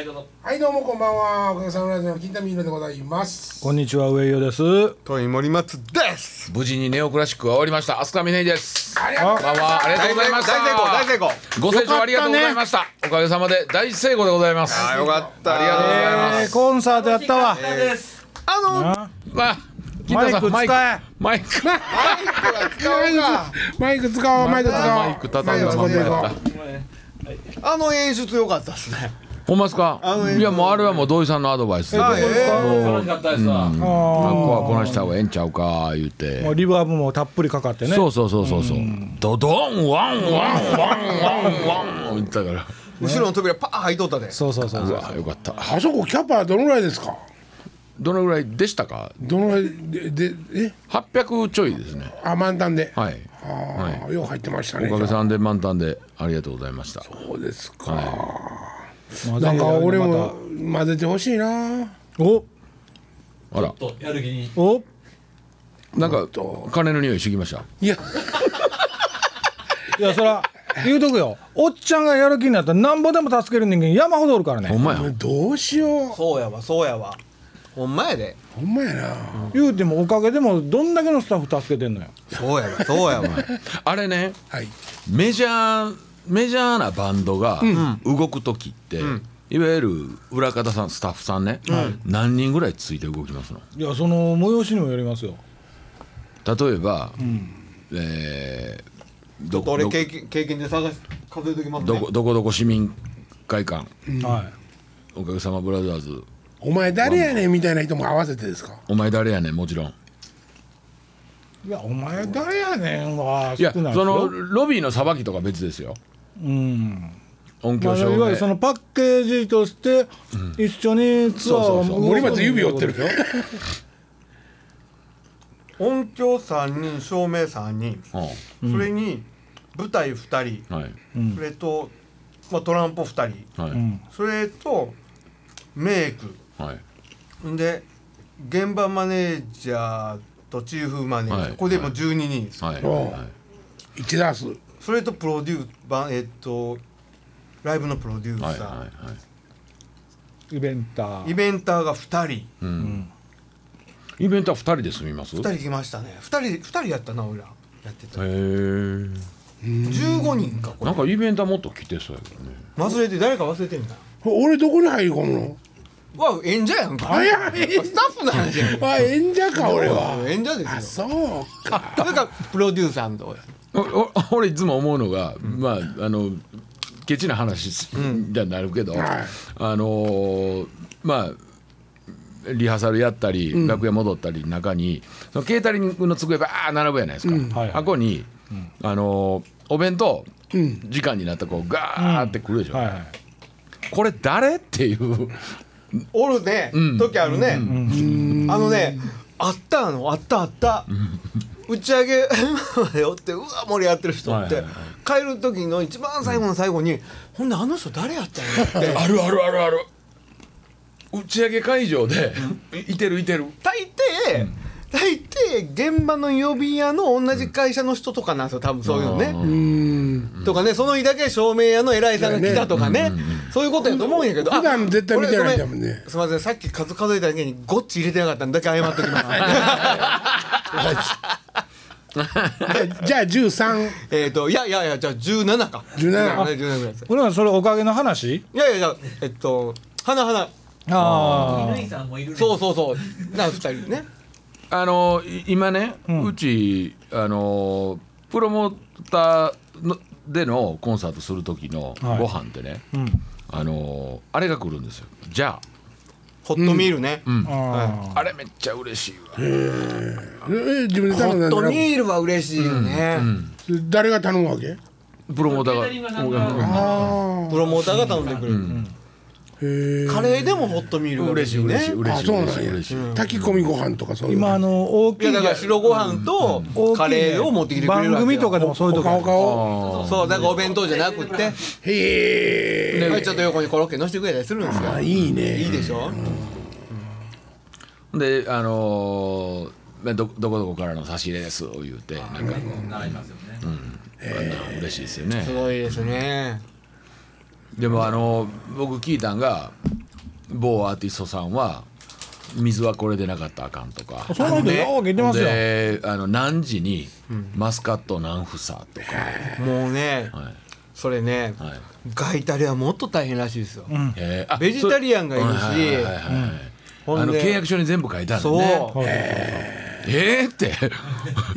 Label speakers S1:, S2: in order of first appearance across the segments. S1: はいどうもこんばんはおかげさまラジオの金田美優でございます
S2: こんにちは上与です。
S3: トイ森松です。
S4: 無事にネオクラシックは終わりました。アスカミネイです。
S1: ありがとうござい
S4: こんばんは。ありがとうございました。
S3: 大成功大成功
S4: ご清聴ありがとうございました。おかげさまで大成功でございます。
S3: あーよかった。
S4: ありがとうございます
S2: えー、コンサートやったわ。
S4: まあ、金
S2: マイ
S4: 田さんマイ
S2: ク
S4: ク
S2: 使え、
S4: マイク、マ
S1: ますマイク使おうマイク使おう
S4: イク畳んだ
S1: マ
S4: ま
S1: イ
S4: ん
S1: ク
S4: ま
S1: 使
S4: や
S1: っ
S4: って
S1: いこ
S4: た。
S3: あの演出良かったですね。
S4: ほんまですか
S3: あの。
S4: いやもうあれはもう土井さんのアドバイス。
S3: あえ
S4: もう学
S2: あ
S4: 校は
S2: ー
S4: こなした方がええんちゃうか言って
S2: も。うリバーブもたっぷりかかってね。
S4: そうそうそうそうそう。ドドンワンワンワンワンワン言ってたから。
S3: ー後ろの扉パー入っとったで。
S2: そうそうそう
S4: う
S2: そう。
S4: わよかった。
S1: うあそこキャパどのぐらいですか
S4: どのぐらいでしたか。
S1: どのぐらいででえ
S4: 800ちょいですね。
S1: あ満タンで、
S4: はい。
S1: ああ、よく入ってましたね
S4: おかげさんで満タンでありがとうございました。
S1: そうですか、
S2: まあ
S1: なんか俺。
S2: ぜ
S1: も混ぜてほしいな
S2: ひお
S4: あら、
S2: お
S4: なんか金の匂いしてきました。
S1: いや
S2: いやそら言うとくよ。おっちゃんがやる気になったらなんぼでも助ける人間山ほどおるから
S4: ほ
S2: ね。
S4: んまや。
S1: どうしよう
S3: そうやわそうやわ。ほんまやで。
S1: ほんまやな
S2: 言うてもおかげでもどんだけのスタッフ助けてんのよ。
S3: そうやわそうやわ。
S4: あれね、
S1: はい
S4: メジャーメジャーなバンドが動く時って、いわゆる裏方さんスタッフさんね、何人ぐらいついて動きますの？
S2: いやその催しにもよりますよ。
S4: 例えば、えーど
S3: と
S4: こ
S3: 俺
S4: ど
S3: 経験経験で探し数えときます
S4: ど
S3: ね
S4: こ。どこどこ市民会館
S2: は
S4: おかげさまブラザーズ
S1: お前誰やねんみたいな人も合わせてですか
S4: お前誰やねんもちろん
S2: い。いやお前誰やねんはい
S4: や
S2: 少
S4: そ
S2: ないですよ
S4: のロビーのさばきとか別ですよ
S2: うん。
S4: 音
S2: ま
S4: 響
S2: あ、い
S4: 証
S2: わゆ
S4: 明
S2: るそのパッケージとして一緒にツアー
S4: そ
S2: を
S4: うそうそう
S1: 森松指折ってるよ
S3: 音響三人照明三人。
S4: う
S3: それに舞台二人。
S4: んはい
S3: それとまあトランポ二人。
S4: はい、
S3: それとメイク。
S4: はい
S3: で現場マネージャーとチーフマネージャー、
S4: はい
S3: これでもう12人です、
S4: はい
S1: おう
S4: は
S1: 一ダース
S3: それとプロデューバーえっとライブのプロデュー
S4: い
S3: サ
S4: はいは
S3: ー、
S4: いはい
S2: イベンター
S3: イベンターが2人
S4: イベントは二人で済みます。
S3: 2人来ましたね2人二人やったな俺らやってた
S4: へ
S3: 15人か
S4: え。
S3: こ
S4: な
S3: れ
S4: んかイベントはもっと来てそうやけどね。
S3: 忘れて誰か忘れてんだ
S1: 俺どこに入り込むの
S3: わ演者やんか
S1: あいや
S3: スタッフなんじゃん
S1: あ演者か俺は
S3: 演者です
S1: そうか
S3: よだからプロデューサーのとこや
S4: おお 俺いつも思うのが、まああのケチな話すじゃなるけど、
S1: はい
S4: あのーまあ。リハーサルやったり、楽屋戻ったり中にそのケータリングの机ばー並ぶやないですか、
S2: はいはい
S4: 箱に、あのーお弁当、時間になったらこうガーってくるでしょ、
S2: はいはい
S4: これ誰っていう
S3: おるね、時あるね、あのねあったのあったあった、打ち上げまでおってうわ盛り上がってる人って、
S4: はいはい
S3: 帰る時の一番最後の最後に、ほんであの人誰やったん やって
S4: あるあるあるある打ち上げ会場で、いいてるいてる
S3: 大抵、大抵現場の呼び屋の同じ会社の人とかなんですよ多分そういうのね、
S1: うん
S3: とかねその日だけ照明屋の偉いさんが来たとかねそういうことやと思うんやけど
S1: 普段
S3: あ
S1: 絶対見てないんだも
S3: 俺
S1: ん
S3: ごめ
S1: ね
S3: すみませんさっき数数えただけにゴッチ入れてなかったんだけ謝っときます
S1: じゃあ13
S3: えっ、と、いやいやいや、じゃあ17か。
S1: 17
S3: あ17ぐらいです。
S2: 俺はそれおかげの話
S3: いやいやいや、えっと、花花。
S2: あ
S3: そうそうそう。な、二人ね。
S4: あのい今ね、うちあのプロモーターのでのコンサートする時の
S2: はい
S4: ご飯ってね、あのあれが来るんですよじゃ
S3: ホットミールね。
S2: ああ
S4: ああれめっちゃ嬉しいわ
S1: ええ自分で
S3: ホ
S1: 頼んだ
S3: ッ
S1: んじ
S3: ト
S1: ゃな
S3: ミ
S1: くて
S3: ールは嬉しいよね。
S1: 誰が頼むわけ
S4: プロモーターが
S1: ああ
S3: プロモーターが頼んでくれる。
S1: へえ
S3: カレーでもホットミールが
S4: 嬉しい
S3: ね
S4: 嬉しい嬉し
S1: あ
S4: い
S1: そう
S4: 嬉
S1: な
S4: し
S1: ん
S4: い
S1: や
S4: 嬉しい
S1: 炊き込みご飯とかそういう
S2: 今あの大き
S3: いや
S2: い
S3: だから白ご飯と
S2: 大きい
S3: カレーを持ってきてくれるわけ
S2: 番組とかでもそういう
S1: お
S2: とこあ
S1: 顔
S2: る
S1: 顔
S3: そうだからお弁当じゃなくって、
S1: へえ
S3: はいちょっと横にコロッケのしてくれたりするんですよ
S1: あいいね
S3: いいでしょ
S4: であのまあどどこどこからの差し入れですを言うてなんかこううん、あんな嬉しいですよね
S3: すごいですね
S4: でもあの僕聞いたんが某アーティストさんは水はこれでなかったらあかんとか
S2: そんなことよう言ってますよ。
S4: であの何時にマスカット何房とか、
S3: もうね、
S4: はい
S3: それね、
S4: はい
S3: ガイタレはもっと大変らしいですよ、
S4: えーあ
S3: ベジタリアンがいるし
S4: そうはいはいはいはい
S3: ほ
S4: あ
S3: ん
S4: の
S3: で
S4: 契約書に全部書いてある
S3: そう、
S4: ねえー、って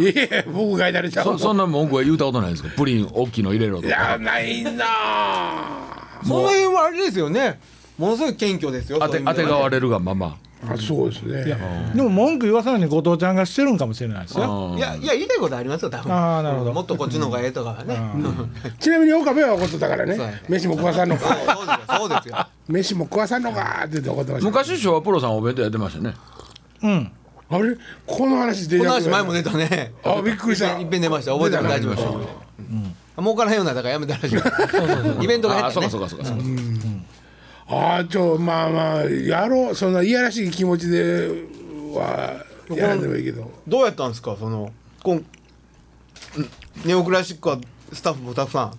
S1: いえ僕がいだれちゃう
S4: そそんな文句は言うたことないんですかプリン大きいの入れろと
S1: い
S4: か
S1: やないなあ
S3: その辺はあれですよねものすごい謙虚ですよ
S4: 当て当てがわ
S3: れ
S4: れるがまま
S1: そうですね
S2: でも文句言わさないように後藤ちゃんがしてるんかもしれないですよ。
S4: うん
S3: いやいや言いたいことありますよ多分
S2: あーなるほど
S3: うんもっとこっちの方がええとかはね、うん
S1: ちなみに岡部は怒ってたからね
S3: そうやね
S1: 飯も食わさんのか
S3: そうですよそうですよ
S1: 飯も食わさんのかって言って怒ってました
S4: 昔昭和プロさんお弁当やってましたね
S2: うん。
S1: あれこの話出
S3: こ
S1: て
S3: の
S1: なくな
S3: 話前
S1: い
S3: も出たね
S1: あびっくりした
S3: いっぺん出ました覚えてる大丈夫でしょ儲からんようなだからやめたらしいイベントが減
S4: あ
S3: っ
S4: そ
S3: た
S4: う
S3: ね
S4: かそうかそうかそうか
S1: ああちょまあまあやろうそんないやらしい気持ちではやらんでもいいけど
S3: どうやったんですかそのこんネオクラシックはスタッフもたくさ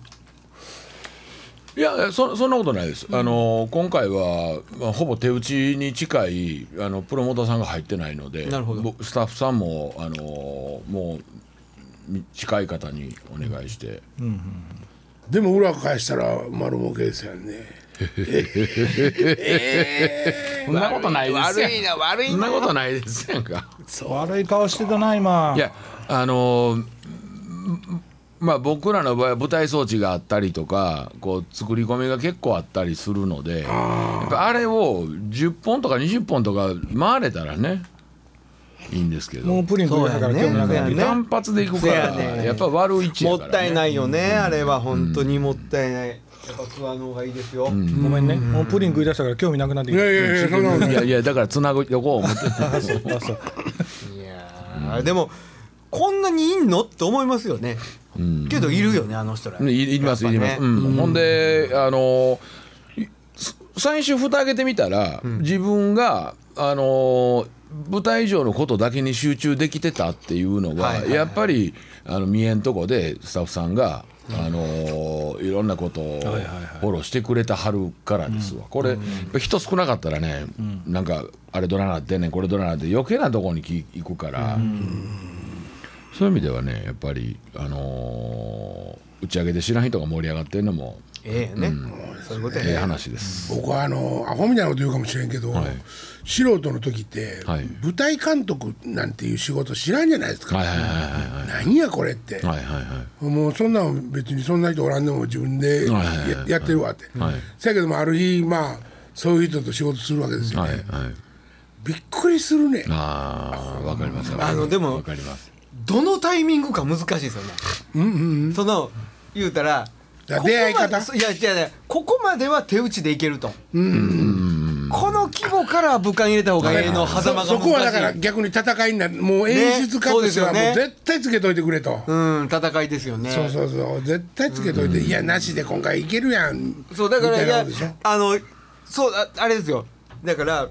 S3: ん
S4: いやそそんなことないです、あの今回は、まあ、ほぼ手打ちに近いあのプロモーターさんが入ってないので
S3: なるほど
S4: ぼスタッフさんもあのもうみ近い方にお願いして、
S1: でも裏返したら丸儲けですよね
S4: そんなことないですやん
S3: 悪いな悪いな
S4: そんなことないですやんか
S2: 悪い顔してたな今。
S4: いやあのんまあ僕らの場合は舞台装置があったりとかこう作り込みが結構あったりするのでやっぱあれを10本とか20本とか回れたらねいいんですけど
S2: もうプリン食いたから興味なくなる
S3: そうや。ね
S4: 単発でいくから、
S3: せやね
S4: やっぱ悪い位置
S3: も
S4: や
S3: っ
S4: から、ね、
S3: たいないよね、あれは本当にもったいないやっぱツアーの方がいいですよ、
S2: ごめんね。もうプリン食い出したから興味なくなってき
S1: い
S2: た
S1: やいやいやそんなことない
S4: いやいやだからつなぐとこう思って
S2: あそう
S3: いやー、でもこんなにいんのって思いますよね、けどいるよねあの人ら、
S4: いいりますいります、
S3: やっ
S4: う
S3: ぱね
S4: んほんであのい最初蓋開けてみたら、自分があの舞台以上のことだけに集中できてたっていうのが、
S3: はいはいはい
S4: やっぱりあの見えんとこでスタッフさんが、あのいろんなことをフォローしてくれたはるからですわ、これ、やっぱ人少なかったらね、なんかあれどらなってんねんこれどらなって余計なとこにき行くから。そういう意味ではねやっぱり、あのー打ち上げで知らん人が盛り上がってるのも
S3: ええね、そういうことや
S4: ええ
S3: ね、
S4: 話です。
S1: 僕はあのアホみたいなこと言うかもしれんけど、
S4: はい
S1: 素人の時って、
S4: はい
S1: 舞台監督なんていう仕事知らんじゃないですか、
S4: はいはいはい
S1: 何やこれって、
S4: はいはいはいは
S1: もうそんなん別にそんな人おらんでも自分でや,、
S4: はいはいはい
S1: やってるわって、
S4: はい
S1: そやけどもある日まあそういう人と仕事するわけですよ
S4: いは
S1: ね、
S4: いはい。
S1: びっくりするね
S4: ああわかります。わかります
S3: あのでも
S4: わかります。
S3: どのタイミングか難しいですよね、その言うたら
S1: だ出会い方
S3: ここまでいやいやいやここまでは手打ちでいけると、この規模から武漢入れた方がええの狭間が難しい
S1: そそこはだから逆に戦いになるもう演出家としてはも
S3: ね
S1: う
S3: そうですよね
S1: 絶対つけといてくれと、
S3: うん戦いですよね
S1: そうそうそう絶対つけといて、いやなしで今回いけるやん
S3: そうだか
S1: み
S3: らい
S1: たいな
S3: や
S1: ことでしょ
S3: あのそうああれですよだから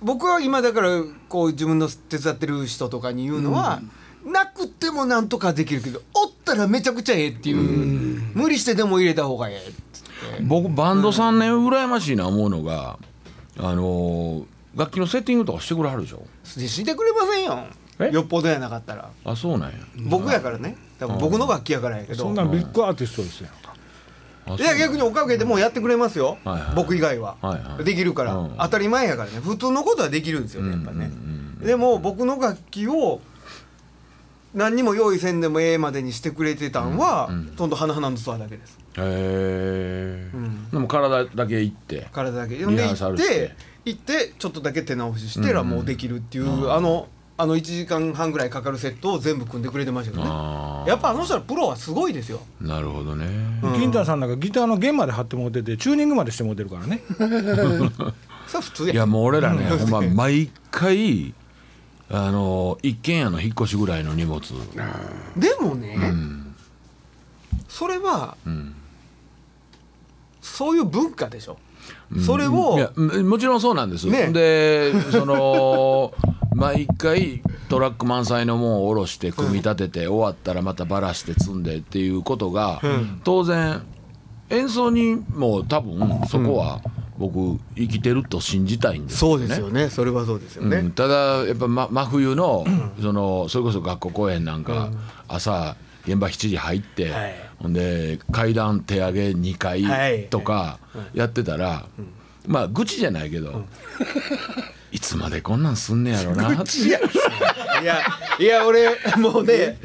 S3: 僕は今だからこう自分の手伝ってる人とかに言うのは、なくてもなんとかできるけどおったらめちゃくちゃええっていう、無理してでも入れた方がええって
S4: 僕バンド3年羨ましいな思うのが、あのー楽器のセッティングとかしてくれはるでしょ。
S3: してくれませんよ
S4: え
S3: よっぽどやなかったら
S4: あそうなんや。
S3: 僕やからね多分僕の楽器やからやけ
S2: そ
S3: ど
S2: んなんビッグアーティストですよ。
S4: あ
S3: い
S4: そうな
S3: や
S4: んや
S3: 逆におかげでもうやってくれますよ、
S4: はいはい
S3: 僕以外は、
S4: はいはい
S3: できるから、
S4: うん
S3: 当たり前やからね普通のことはできるんですよねやっぱね、でも僕の楽器を何にも用意せんでもええまでにしてくれてたんは、ほんと花々のツアーだけです
S4: へえ。でも体だけいって。
S3: 体だけで
S4: リハ
S3: 行
S4: ーサ
S3: っ
S4: ルして
S3: て行ってちょっとだけ手直ししたらもうできるっていう、あのあの1時間半ぐらいかかるセットを全部組んでくれてましたよね
S4: あ
S3: やっぱあの人らプロはすごいですよ
S4: あなるほどね。
S2: 金太さんなんかギターの弦まで張ってもうててチューニングまでしてもうてるからね。
S3: それは普通や
S4: いやもう俺らね、ほんま毎回あの一軒家の引っ越しぐらいの荷物
S3: でもね、それは、そういう文化でしょ、それを
S4: いやももちろんそうなんです、
S3: ね
S4: でその 毎回トラック満載のもんを下ろして組み立てて、終わったらまたバラして積んでっていうことが、当然演奏にも多分そこは、僕生きてると信じたいんです
S3: そうですよねそれはそうですよね、
S4: うんただやっぱ、ま、真冬のそのそれこそ学校公演なんか、朝現場7時入って、
S3: はい
S4: ほんで階段手上げ2
S3: はい
S4: 回とかやってたら、まあ愚痴じゃないけど、 いつまでこんなんすんねやろなって
S3: いやいや俺もうね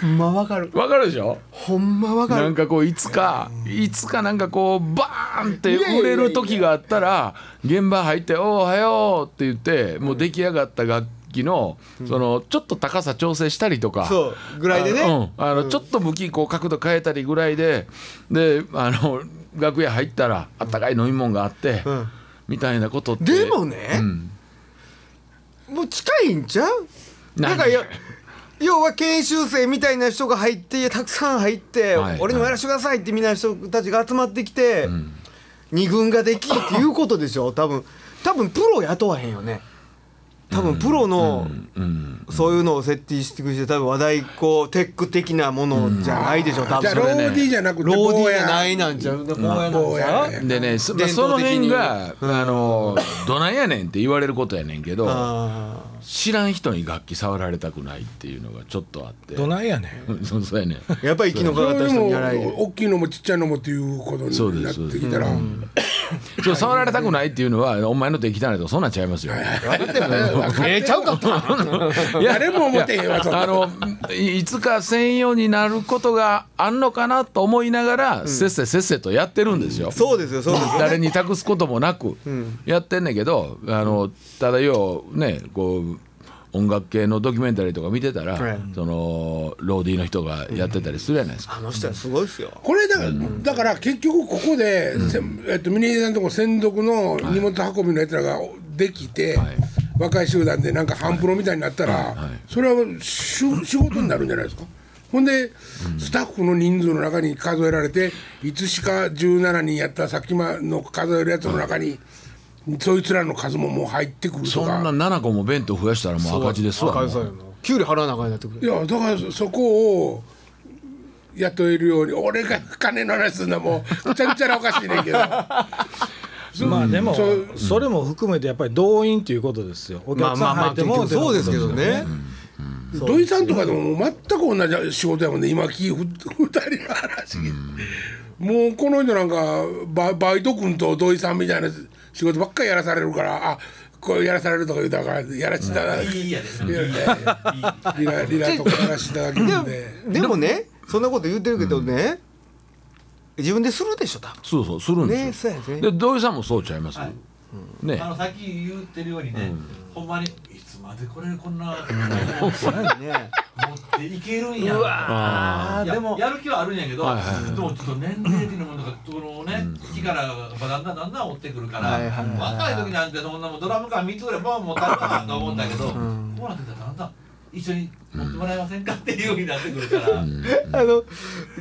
S3: ほんまわかる
S4: わかるでしょ
S3: ほんまわか
S4: な
S3: る
S4: んかこういつかいつかなんかこうバーンって
S3: いやいやいや
S4: 売
S3: いや
S4: れる時があったら現場入って「おおはよう」って言ってもう出来上がった楽器のそのちょっと高さ調整したりとか
S3: そうぐらいでね
S4: あのうんあのちょっと向きこう角度変えたりぐらいでであの 楽屋入ったらあったかい飲み物があって
S3: ん
S4: みたいなことって
S3: でもね
S4: うん
S3: もう近いんちゃう
S4: 何
S3: なんかよ要は研修生みたいな人が入ってたくさん入って、
S4: はい
S3: 俺にもやらせてくださいってみんな人たちが集まってきて、二軍ができっていうことでし ょ多分多分プロ雇わへんよね多分プロの
S4: うん
S3: そういうのをセッティしてくして多分話題こうテック的なものじゃないでしょ多
S1: じゃ
S3: 分
S1: あロ
S3: それ
S4: ね
S1: ーディーじゃなくて
S3: ローディーじゃ
S1: 坊や
S3: ないなんちゃう坊やなん
S1: 坊
S3: ち
S1: や
S3: ゃ
S1: やね
S3: う
S4: でねそ,、まあ
S3: 伝
S4: その
S3: 統的に
S4: 辺が「あのどないやねん」って言われることやねんけど。
S3: あ
S4: 知らん人に楽器触られたくないっていうのがちょっとあって
S2: どないやねん
S4: うん そうそうやね
S3: ーやっぱり生き残かった
S1: で
S3: 人
S1: も
S3: にやらい
S1: 大きいのもちっちゃいのもっていうこと
S4: そうで
S1: になっ
S4: す
S1: てきたら、
S4: そう触られたくないっていうのはお前の手汚いとかそんなんちゃいますよ
S3: ええちゃうかった
S4: いや
S1: 誰も思ってへんわ
S4: いや
S1: そんな
S4: あのいいつか専用になることがあんのかなと思いながら、せっせせっせとやってるんですよ
S3: そうですよそうですよ
S4: 誰に託すこともなくやってんねんけど、あのただようねこう音楽系のドキュメンタリーとか見てたら、
S3: はい
S4: そのローディーの人がやってたりするじゃないですか、
S3: あの人はすごいですよ
S1: これだから、だから結局ここで、せえっと、峰秀さんのとこ専属の荷物運びのやつらができて、
S4: はい
S1: 若い集団でなんか半プロみたいになったら、
S4: いはい
S1: それはしゅ仕事になるんじゃないですかほんでスタッフの人数の中に数えられていつしか17人やったさっきまの数えるやつの中に、そいつらの数ももう入ってくると
S4: そんな
S1: か。
S4: 7個も弁当増やしたらもう赤字ですわ
S3: 赤字そ
S4: も
S3: ううやな給料払わなあかんようになってくる
S1: いやだからそこを雇えるように俺が金の話すんだもうちゃんちゃらおかしいねんけど。
S2: まあでも
S1: そう
S2: それも含めてやっぱり動員ということですよお
S3: まあ
S2: 客
S3: ま
S2: さ
S3: あ
S2: ん
S3: ま
S2: 入
S3: あ
S2: って
S3: 結
S2: も
S3: 局そうですけど
S2: 出
S3: ね
S1: 土井さんとかでも全く同じ仕事やもんね今聞いふ二人の話、もうこの人なんかババイト君と土井さんみたいな仕事ばっかりやらされるからあこれやらされるとか言うたからやらせていただき、いやいやいやリラリラとかやらせていただけるんで
S3: でもねそんなこと言ってるけどね自分でするでしょ多分
S4: そうそうするん
S3: ね
S4: です
S3: そう
S4: よ、
S3: やね
S4: で土井さんもそうちゃいます、
S5: はい
S4: ね
S5: あのさっき言ってるようにね、ほんまにいつまでこれこんな
S3: そうやね
S5: 持っていけるんやうわでもやる気はあるんやけど、
S4: はいはいはい
S5: でもちょっと年齢的なものがそのね力がだんだんだんだん追ってくるから、
S3: はいはいはい
S5: 若い時なんてそんなもんドラム缶3つぐらいボン持ったらなと思うんだけど、こうなってきたらだんだん一緒に持ってもらえませんかっていうようになってくるから、
S3: あの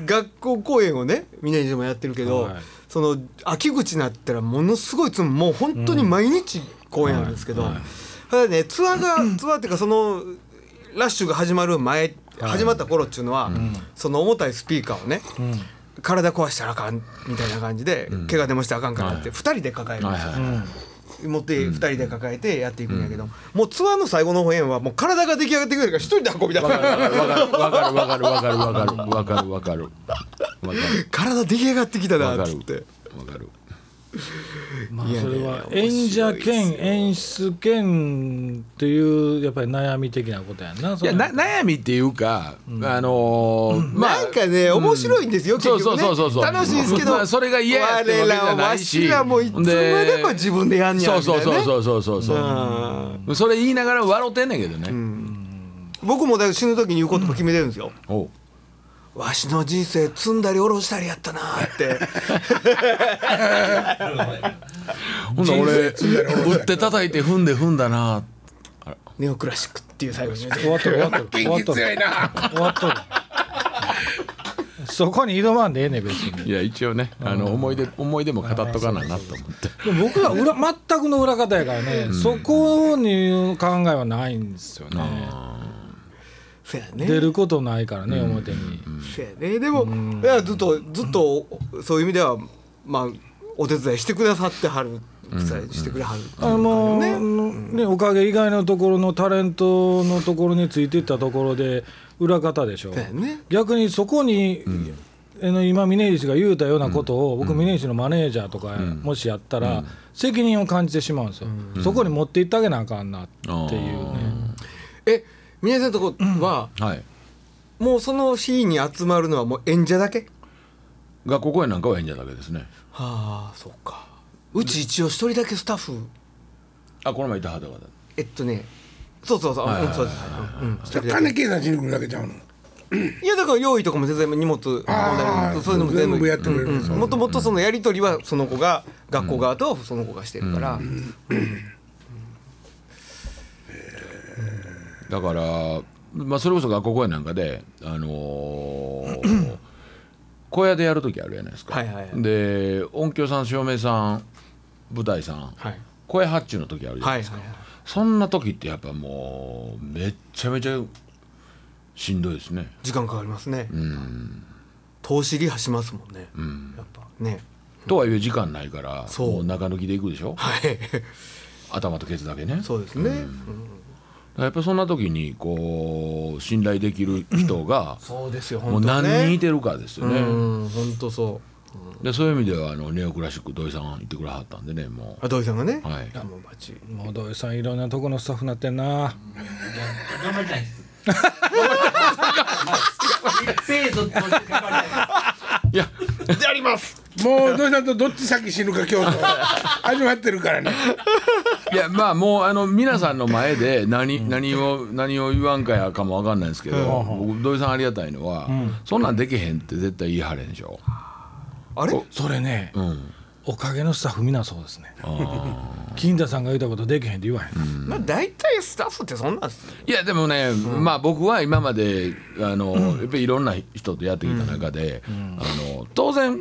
S3: 学校公演をねみんなにもやってるけど
S2: はい
S3: その秋口になったらものすごいつももう本当に毎日公演あるんですけどただねツアーがツアーっていうかそのラッシュが始まる前始まった頃っていうのはその重たいスピーカーをね体壊したらあかんみたいな感じで怪我でもしたらあかんからって2人で抱えるんで
S4: はい
S3: すよ
S4: はいはい
S3: 持って2人で抱えてやっていくんやけど、もうツアーの最後の方円はもう体が出来上がってくるから一人で運び出す
S4: わかるわかるわかるわかるわかるわかるわかるわかる
S3: 体出来上がってきた
S4: わ
S3: な
S4: か
S3: っ
S4: る
S3: つって
S4: わかる
S2: まあ
S3: いやね
S2: それは演者兼演出兼っていうやっぱり悩み的なことやんな。
S4: い
S2: そ
S4: や
S2: れ
S4: な悩みっていうか、あのーまあ
S3: なんかね面白いんですよ、結
S4: そう
S3: 局
S4: そう
S3: ね
S4: そうそうそう
S3: 楽しいですけど、
S4: まあ それが嫌やってわけじ
S3: 我
S4: ゃ
S3: らは
S4: な
S3: わ
S4: いし
S3: しらもいつまでも自分でやんねや
S4: そ
S3: みた
S4: う
S3: い
S4: そ
S3: な
S4: う
S3: ね
S4: そうそうそうそうそうそれ言いながら笑ってんねんけどね、
S3: 僕もだから死ぬ時に言うことも決めてるんですよ、
S4: おう
S3: わしの人生積んだり下ろしたりやったなーって
S4: ほんなら俺 打って叩いて踏んで踏んだな
S3: ネオクラシックっていう最後に言うて
S2: 終わっとる終わっとる終わ
S1: 元
S2: っ
S1: 気
S2: とる
S1: 強いな
S2: 終わっとる。そこに挑まんでええねん別に。
S4: いや一応ねあの思い出思い出も語っとかななと思って
S2: でも僕は裏全くの裏方やからね、そこに考えはないんですよね。
S3: そやね
S2: 出ることないからね表に。
S3: そうやねでもいやずっとずっとそういう意味ではまあお手伝いしてくださってはる、伝えしてくれはる、
S2: あのーね、おかげ以外のところのタレントのところについていったところで裏方でしょ、
S3: だよね
S2: 逆にそこに、あの今峯岸が言うたようなことを、僕峯岸のマネージャーとかもしやったら、責任を感じてしまうんですよ、そこに持っていってあげなあかんなっていうね
S3: え宮根さんのとこは、
S4: はい
S3: もうその日に集まるのはもう演者だけ
S4: 学校公演なんかは演者だけですね
S3: はあそうかうち一応一人だけスタッフ
S4: あこの前いた方々
S3: えっとねそうそうそう、あうんそうです、うんうん一人だけ
S1: 金計算しに来るだけちゃうの
S3: いやだから用意とかも全然荷物運んだ
S1: あ
S3: り
S1: ー
S3: そういうのも全部
S1: 全部やってくれる
S3: うんうんもともとそのやり取りはその子が学校側とその子がしてるから、
S4: だから、まあ、それこそ学校公演なんかであの ー小屋でやる時あるじゃないですか、
S3: はいはいはい
S4: で音響さん照明さん舞台さん、
S3: はい
S4: 声発注の時あるじゃな
S3: はいい
S4: ですか、
S3: はい
S4: そんな時ってやっぱもうめっちゃめちゃしんどいですね
S3: 時間かかりますね、投資リハしますもんね、やっぱね
S4: とはいえ時間ないから
S3: そう
S4: もう中抜きでいくでしょ
S3: はい
S4: 頭とケツだけね
S3: そうですね、
S4: やっぱそんな時にこう信頼できる人が
S3: そうですよ
S4: もう
S3: 本当
S4: 何人
S3: ね
S4: いてるかですよ
S3: う
S4: ね、
S3: ん本当そう
S4: でそういう意味ではあのネオクラシック土井さん行ってくれはったんでねも
S3: あ土井さんがね、
S4: うはい
S3: もうバッチリ
S2: もう土井さんいろんなとこのスタッフなってんな
S5: 頑張りたいです。一平として頑張りたいです。
S4: いややります
S1: もう土井さんとどっち先死ぬか競争 始まってるからね
S4: いやまあもうあの皆さんの前 で何何を何を言わんかやかもわかんないですけど僕土井さんありがたいのはそんなんできへんって絶対言い張れんでしょ
S3: あれ
S2: それね、
S4: うん
S2: おかげのスタッフみんなそうですね金田さんが言ったことできへんって言わへん、
S3: まあ大体スタッフってそんなんっすよ
S4: いやでもね、まあ僕は今まであの、やっぱりいろんな人とやってきた中で、あの当然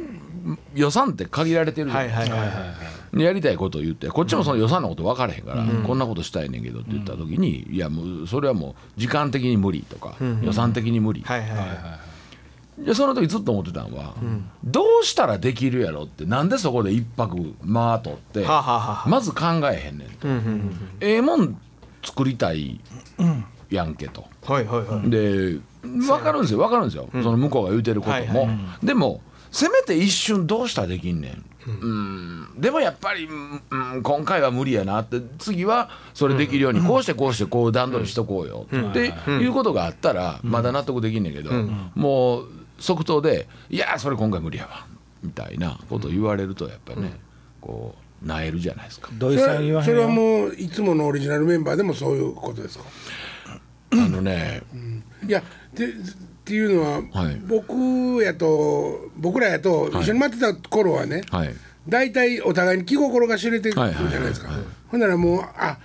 S4: 予算って限られてるじ
S3: は
S4: ゃな
S3: いい
S4: ですか
S3: はいはいはい
S4: やりたいことを言ってこっちもその予算のこと分からへんから、こんなことしたいねんけどって言った時に、いやもうそれはもう時間的に無理とか、予算的に無理、
S3: はいはい
S4: でその時ずっと思ってたのは、どうしたらできるやろってなんでそこで一泊間取って、
S3: はあはあはあ
S4: まず考えへんねんと、ええもん作りたいやんけと。
S3: はいはいはい
S4: で分かるんですよ分かるんですよ、その向こうが言うてることも、
S3: はいはい
S4: でもせめて一瞬どうしたらできんねん、うんでもやっぱり、うんうん今回は無理やなって次はそれできるように、こうしてこうしてこう段取りしとこうよ、っていうことがあったらまだ納得できんねんけど、もう即答で「いやーそれ今回無理やわ」みたいなことを言われるとやっぱね、こうなえるじゃないですか。
S1: そ
S2: 土井
S1: れ
S2: さん言わ
S1: はそ
S2: へん
S1: れは
S2: よ
S1: もういつものオリジナルメンバーでもそういうことですか
S4: あのね、
S1: いやてっていうのは、
S4: はい
S1: 僕やと僕らやと一緒に待ってた頃はね、
S4: はい
S1: 大体お互いに気心が知れてくるじゃないですか、
S4: はいはいはいはい
S1: ほんならもうあ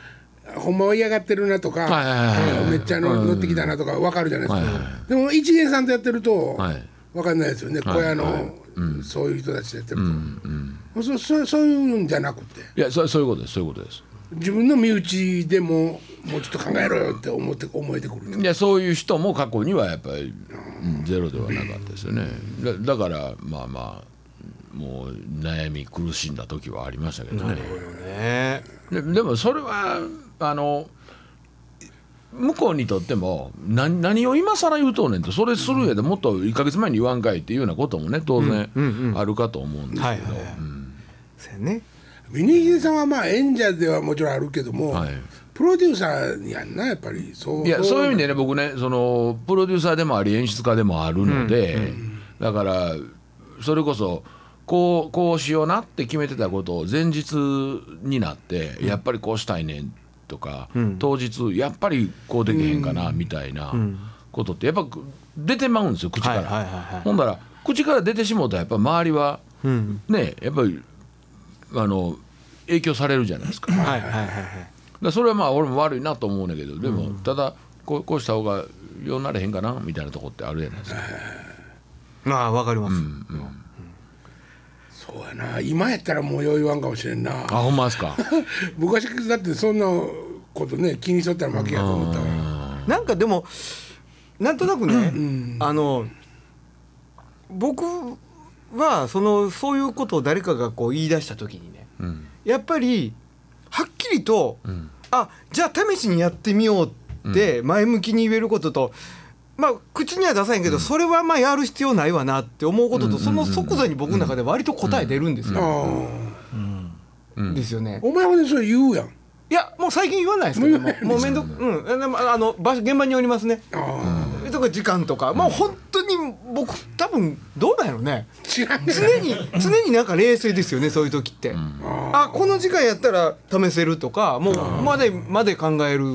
S1: ほんまは嫌がってるなとか、
S4: はいはいはい
S1: めっちゃの乗ってきたなとか分かるじゃないですか、
S4: はいはいは
S1: でも一元さんとやってると
S4: はい
S1: 分かんないですよね、小屋の、そういう人たちとやってると、そそそういうんじゃなくて
S4: いやそそういうことですそういうことです。
S1: 自分の身内でももうちょっと考えろよって思って思えてくる
S4: いやそういう人も過去にはやっぱりうんゼロではなかったですよねだだからまあまあもう悩み苦しんだ時はありましたけどね
S3: ね
S4: ででもそれはあの向こうにとっても何何を今更言うとんねんとそれする上でもっと1か月前に言わんかいっていうようなこともね当然あるかと思うんです
S3: はい
S4: け
S3: はい
S4: ど
S3: はいそうやね
S1: ミニヒデさんはまあ演者ではもちろんあるけども、
S4: はい
S1: プロデューサーやんなやっぱりそう
S4: い
S1: い
S4: やそういう意味でね僕ねそのプロデューサーでもあり演出家でもあるので、だからそれこそこうこうしようなって決めてたことを前日になってやっぱりこうしたいねんとか、当日やっぱりこうできへんかなみたいなことってやっぱ出てまうんですよ口から。
S3: はいはいはいはい
S4: ほんだら口から出てしもうたらやっぱ周りは、ねやっぱりあの影響されるじゃないですか。
S3: はいはいはいはい
S4: だそれはまあ俺も悪いなと思うねんだけどでも、ただこうこうした方がようなれへんかなみたいなとこってあるじゃないですか
S3: まあわかります、
S1: そうやな今やったらもうよう言わんかもしれんな
S4: あほんまですか
S1: 昔だってそんなことね気にしとったら負けやと思ったから
S3: なんかでもなんとなくね、あの僕はそのそういうことを誰かがこう言い出した時にね、やっぱりはっきりと、あじゃあ試しにやってみようって前向きに言えることと、まあ口には出さへんけど、それはまあやる必要ないわなって思うことと、その即座に僕の中で割と答え出るんです
S1: あ
S3: よ、
S1: あ
S3: ですよね。
S1: お前はねそれ言うやん
S3: いやもう最近言わないですけどももう面 倒うんあのあの場所現場によりますね
S1: あ
S3: とか時間とか、まあ本当に僕多分どうなんやろね
S1: あ違う
S3: 常に常になんか冷静ですよねそういう時って、あこの時間やったら試せるとかもうまでまで考える、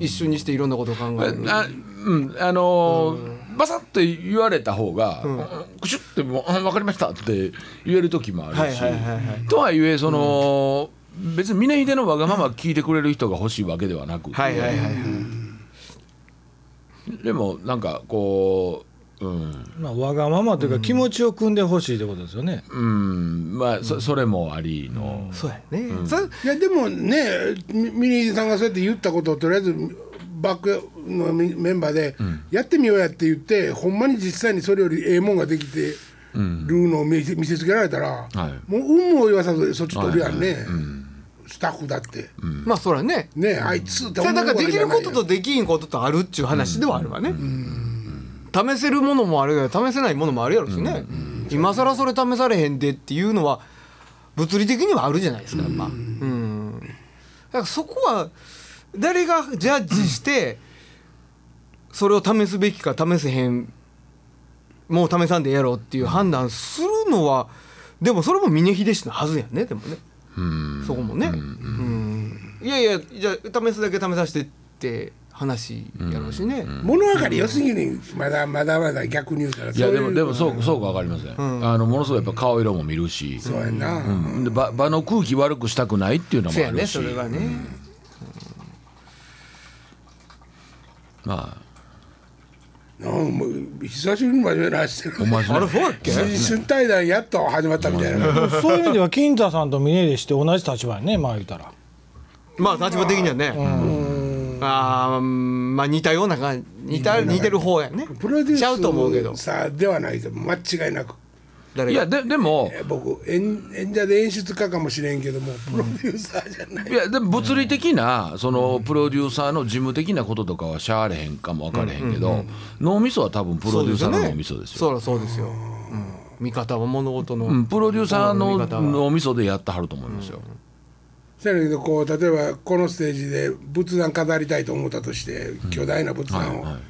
S3: 一瞬にしていろんなことを考える、
S4: あうんあのーバサッと言われた方が、クシュッてもうあ「分かりました」って言える時もあるし、
S3: はいはいはいは
S4: とはいえその、別に峰秀のわがまま聞いてくれる人が欲しいわけではなくて、
S3: はいはいはいはい、
S4: でもなんかこううん、
S2: まあ、わがままというか気持ちを組んでほしいってことですよね、
S4: うん、まあそそれもありの、
S3: そうやね、それ
S1: いやでもねミミニーさんがそうやって言ったことをとりあえずバックのメメンバーでやってみようやって言って、ほんまに実際にそれよりええもんができてるのを見せ見せつけられたら、
S4: はい
S1: もう運も言わさずそっち取るやんね、スタッフだって、
S3: まあそらね
S1: ねあいつって
S3: それだからできることと
S1: と
S3: できんこととあるっちゅう話ではあるわね、試せるものもあるやろ試せないものもあるやろしね、今更それ試されへんでっていうのは物理的にはあるじゃないですかやっぱ、うん、だからそこは誰がジャッジしてそれを試すべきか試せへんもう試さんでええやろっていう判断するのはでもそれも峰秀氏のはずやねでもねそこもね、うんいやいやじゃあ試すだけ試させてって話やろうしね、
S1: 物分かり良すぎにまだまだまだ逆に言うから
S4: いや
S1: そう
S4: で
S1: う
S4: もでもそうそうか分かりません、あのものすごいやっぱ顔色も見るし、
S1: そうやな、
S4: うんで場場の空気悪くしたくないっていうの
S3: そう
S4: も
S3: や
S4: あ
S3: ね
S4: るし、
S3: それはね、
S4: ま
S1: なんかもう久しぶりに真面目な話してる
S4: あお前そ
S3: あ
S4: れ
S3: れそうやっけ
S1: 新春対談やっと始まったみたいな、
S2: そういう意味では金座さんと峰でして同じ立場やねまあ言うたら
S3: まあ立場的にはね、あーまあ似たような感じ似た似てる方やね
S1: プロデュ
S3: ちゃうと思うけ
S1: ー
S3: ど
S1: スさではないと間違いなく
S3: 誰
S4: い
S3: が
S4: やででも
S1: え僕演演者で演出家かもしれんけどもプロデューサーじゃない、
S4: いやでも物理的なそのプロデューサーの事務的なこととかはしゃあれへんかも分かれへんけど脳みそは多分プロデューサーの脳みそですよ。
S3: そうだそうですよ、うん見方は物事の、
S4: うん、プロデューサー
S3: 見
S4: の
S3: 方は
S4: 脳みそでやってはると思いますよ。
S1: そやねんけどこう例えばこのステージで仏壇飾りたいと思ったとして、巨大な仏壇を、
S4: はいはい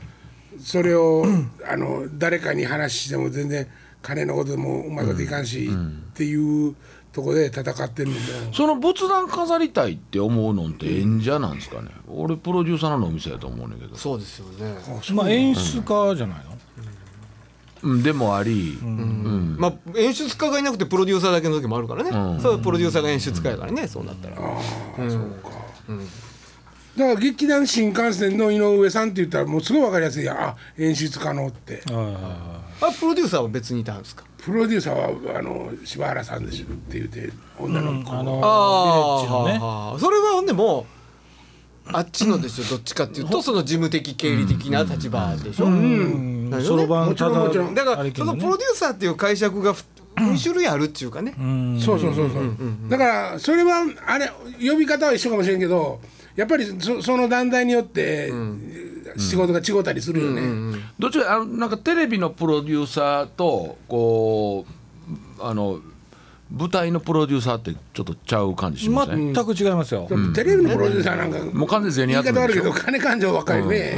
S1: それを、あの誰かに話しても全然金のことでもうまいこといかんし、っていうとこで戦ってるのも、
S4: その仏壇飾りたいって思うのって演者なんですかね。俺プロデューサーの脳みそやと思うねんだけど。
S3: そうですよね、
S2: まあ演出家じゃないの、
S4: うん、でもあり、
S3: まあ演出家がいなくてプロデューサーだけの時もあるからね、それはプロデューサーが演出家やからね、そうなったら、
S1: だから劇団新幹線の井上さんって言ったらもうすごい分かりやすいやんあ演出家のって
S2: はいはいはい
S3: あプロデューサーは別にいたんですか
S1: プロデューサーはあの柴原さんですって言って女の子
S2: あの
S3: あ
S2: ビレッジのね
S3: あ、それはほんでもうあっちのでしょどっちかっていうとその事務的経理的な立場でしょ、
S2: うん
S3: なる
S2: そ
S3: ほどね
S2: ろばんただ
S1: もちろんも
S3: だか
S2: あれ
S3: ら
S2: け
S3: そ
S2: ど
S3: の
S2: ね
S3: プロデューサーっていう解釈が2種類あるっていうかね、
S1: そうそうそうそう。だからそれはあれ呼び方は一緒かもしれんけど、やっぱりそその団体によって仕事が違うたりするよね。
S4: どっちかあのなんかテレビのプロデューサーとこうあの舞台のプロデューサーってちょっとちゃう感じしますね。
S2: 全く違いますよ、
S1: テレビのプロデューサーなんか
S4: もう完全に
S1: 言
S4: 銭
S1: い方
S4: 集め
S1: 悪
S4: で
S1: い
S4: し
S1: け
S4: ょ
S1: ど金勘定ばっかりね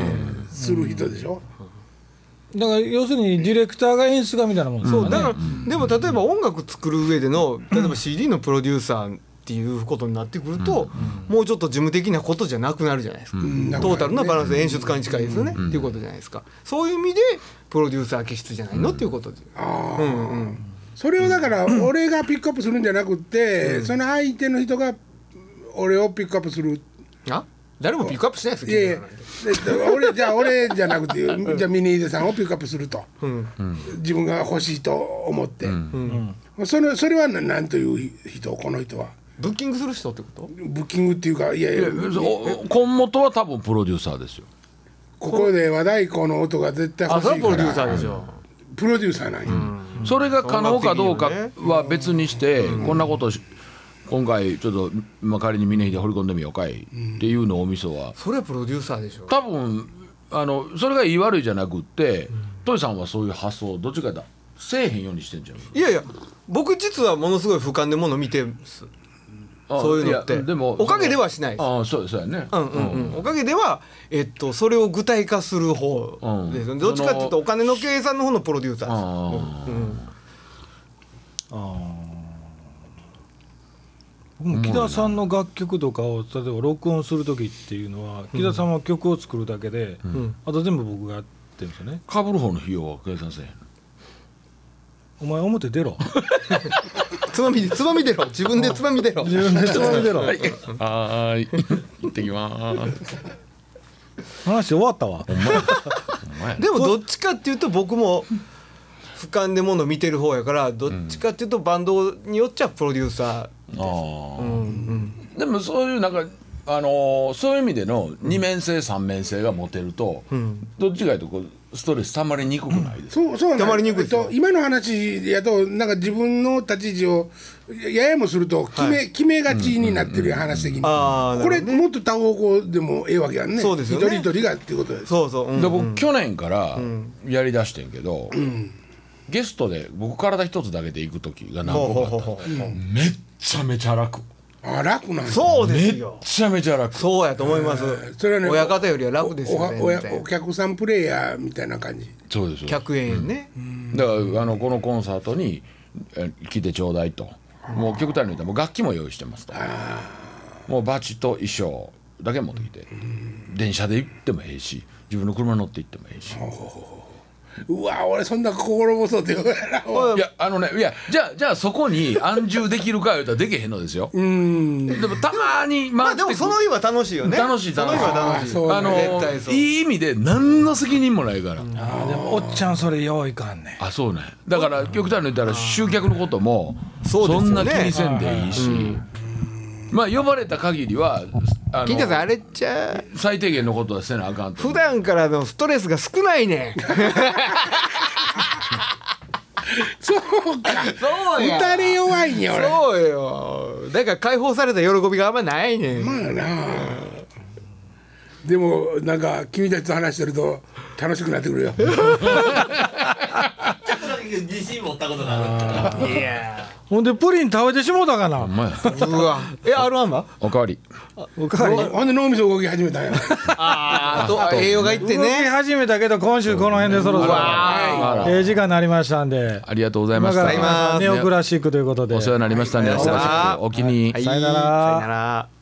S1: する人でしょ。
S2: だから要するにディレクターが演出家みたいなもんです
S3: そ
S2: よ
S3: うだから、でも例えば音楽作る上での例えば CD のプロデューサーっていうことになってくると、もうちょっと事務的なことじゃなくなるじゃないですか、
S1: ん
S3: トータルなバランスで演出家に近いですよね、っていうことじゃないですかそういう意味でプロデューサー気質じゃないの、っていうことで、
S1: ああ
S3: うんうん、
S1: それをだから俺がピックアップするんじゃなくて、その相手の人が俺をピックアップする。
S3: あ誰もピックアップしないです
S1: い
S3: よ
S1: やいやで俺じゃあ俺じゃなくてじゃあミニーデさんをピックアップすると、自分が欲しいと思って、それそれは何という人この人は
S3: ブッキングする人ってこと
S1: ブッキングっていうかいやい
S4: い
S1: や
S4: やそう根元は多分プロデューサーですよ。
S1: ここで和太鼓の音が絶対
S3: あ
S1: 欲し
S3: それ
S1: い
S3: は
S1: か
S3: プロデューサー
S1: ら
S3: でしょ
S1: プロデューサーなんや、
S4: それが可能かどうかは別にして、こんなことし今回ちょっと、まあ、仮に峰秀掘り込んでみようかいっていうのをお味噌は
S3: それはプロデューサーでしょ
S4: 多分あのそれが言い悪いじゃなくって、トイさんはそういう発想をどっちかだせえへんようにしてんじゃん
S3: いやいや僕実はものすごい俯瞰でもの見てます
S4: あ
S3: そういうのって
S4: やでも
S3: おかげではしないです
S4: ああそうそうやね
S3: うんうんうん、おかげでは、えっと、それを具体化する方です、
S4: うん
S3: どっちかっていうとお金の計算の方のプロデューサ
S4: あ
S3: ーです、
S4: あ
S3: うん、
S2: 僕も木田さんの楽曲とかを例えば録音する時っていうのは木田さんは曲を作るだけで、
S3: ん
S2: あと全部僕がやってるんですよね。
S4: かぶる方の費用は計算せえへん
S2: お前表出ろ
S3: つまみつまみ出ろ自分でつまみ出ろ
S2: 自分でつまみ出ろ
S4: はーい行ってきまーす
S2: 話終わったわ。
S3: でもどっちかっていうと僕も俯瞰でもの見てる方やからどっちかっていうとバンドによっちゃプロデューサ
S4: ああ、
S3: ー、うん
S4: でもそういうなんかあのーそういう意味での二面性三面性が持てると、どっちかというとこうストレス溜まりにくくないですか、
S1: そうそうなん
S3: 黙りにくいですよ
S1: えっと今の話やとなんか自分の立ち位置をやややもすると決め,、決めがちになってるやん話的に、
S3: あー
S1: これ
S3: な
S1: もっと多方向でもええわけやんね
S3: そうですよね
S1: 一人一人がっていうことです
S3: そうそう、うん
S4: で僕、去年からやりだしてんけど、ゲストで僕体一つだけで行く時が何
S3: ほうほ
S4: 個
S3: うほう
S4: かあっ
S3: ほう
S4: ためっちゃめちゃ楽めっ
S1: あ楽なんや
S3: そうですよ
S4: ちゃめちゃ楽
S3: そうやと思います、
S1: それはね
S3: 親方よりは楽です
S1: お
S3: よ
S1: は
S3: ね
S1: おやお客さんプレイヤーみたいな感じ
S4: そうですよだか
S3: 100円ね、
S4: らあのこのコンサートにえ来てちょうだいともう極端に言うともう楽器も用意してますともうバチと衣装だけ持ってきて電車で行ってもええし自分の車乗って行ってもええし
S1: うわ俺そんな心細って言われな
S4: うんいやあのねいやじゃあじゃあそこに安住できるか言うたらできへんのですよでもたまに
S3: ま
S4: 回
S3: あ
S4: っ
S3: で
S4: てく
S3: もそ
S4: る
S3: の日は楽しいよね
S4: 楽しい
S3: その日は楽しい
S1: あーそう
S4: あの
S3: 絶対そう
S4: いい意味で何の責任もないから、
S2: あーでもおっちゃんそれよういかんねん。
S4: あそうねだから極端に言ったら集客のことも
S3: そうです
S4: そ
S3: よね
S4: んな気にせんでいいし、まあ呼ばれた限りはあ
S3: 金田さんあ
S4: の
S3: れっちゃ
S4: 最低限のことはせなあかんと
S3: 普段からのストレスが少ないね
S1: そうか
S3: そう
S1: 打たれ弱いんや俺
S3: そうよだから解放された喜びがあんまないねん、
S1: まあなあでもなんか君たちと話してると楽しくなってくる よ
S5: ちょっとだけ自信持ったことがある
S3: いや
S2: ほんでプリン食べてしもうたか
S4: お
S2: な。
S4: 前
S3: うわえ R1 は
S4: おかわり
S2: おかわり。
S1: ほんで脳みそ動き始めたんや
S3: あーあと栄養がいって
S2: 動き
S3: ね
S2: 始めたけど今週この辺でそろそろ
S4: あら
S2: ええ時間になりましたんで
S4: ありがとうございまし
S2: 今
S4: た
S2: からネオクラシックということで
S4: お世話になりましたんで、
S3: ありがとうございました
S4: お気に入り
S3: はい
S2: さよなら
S3: さよなら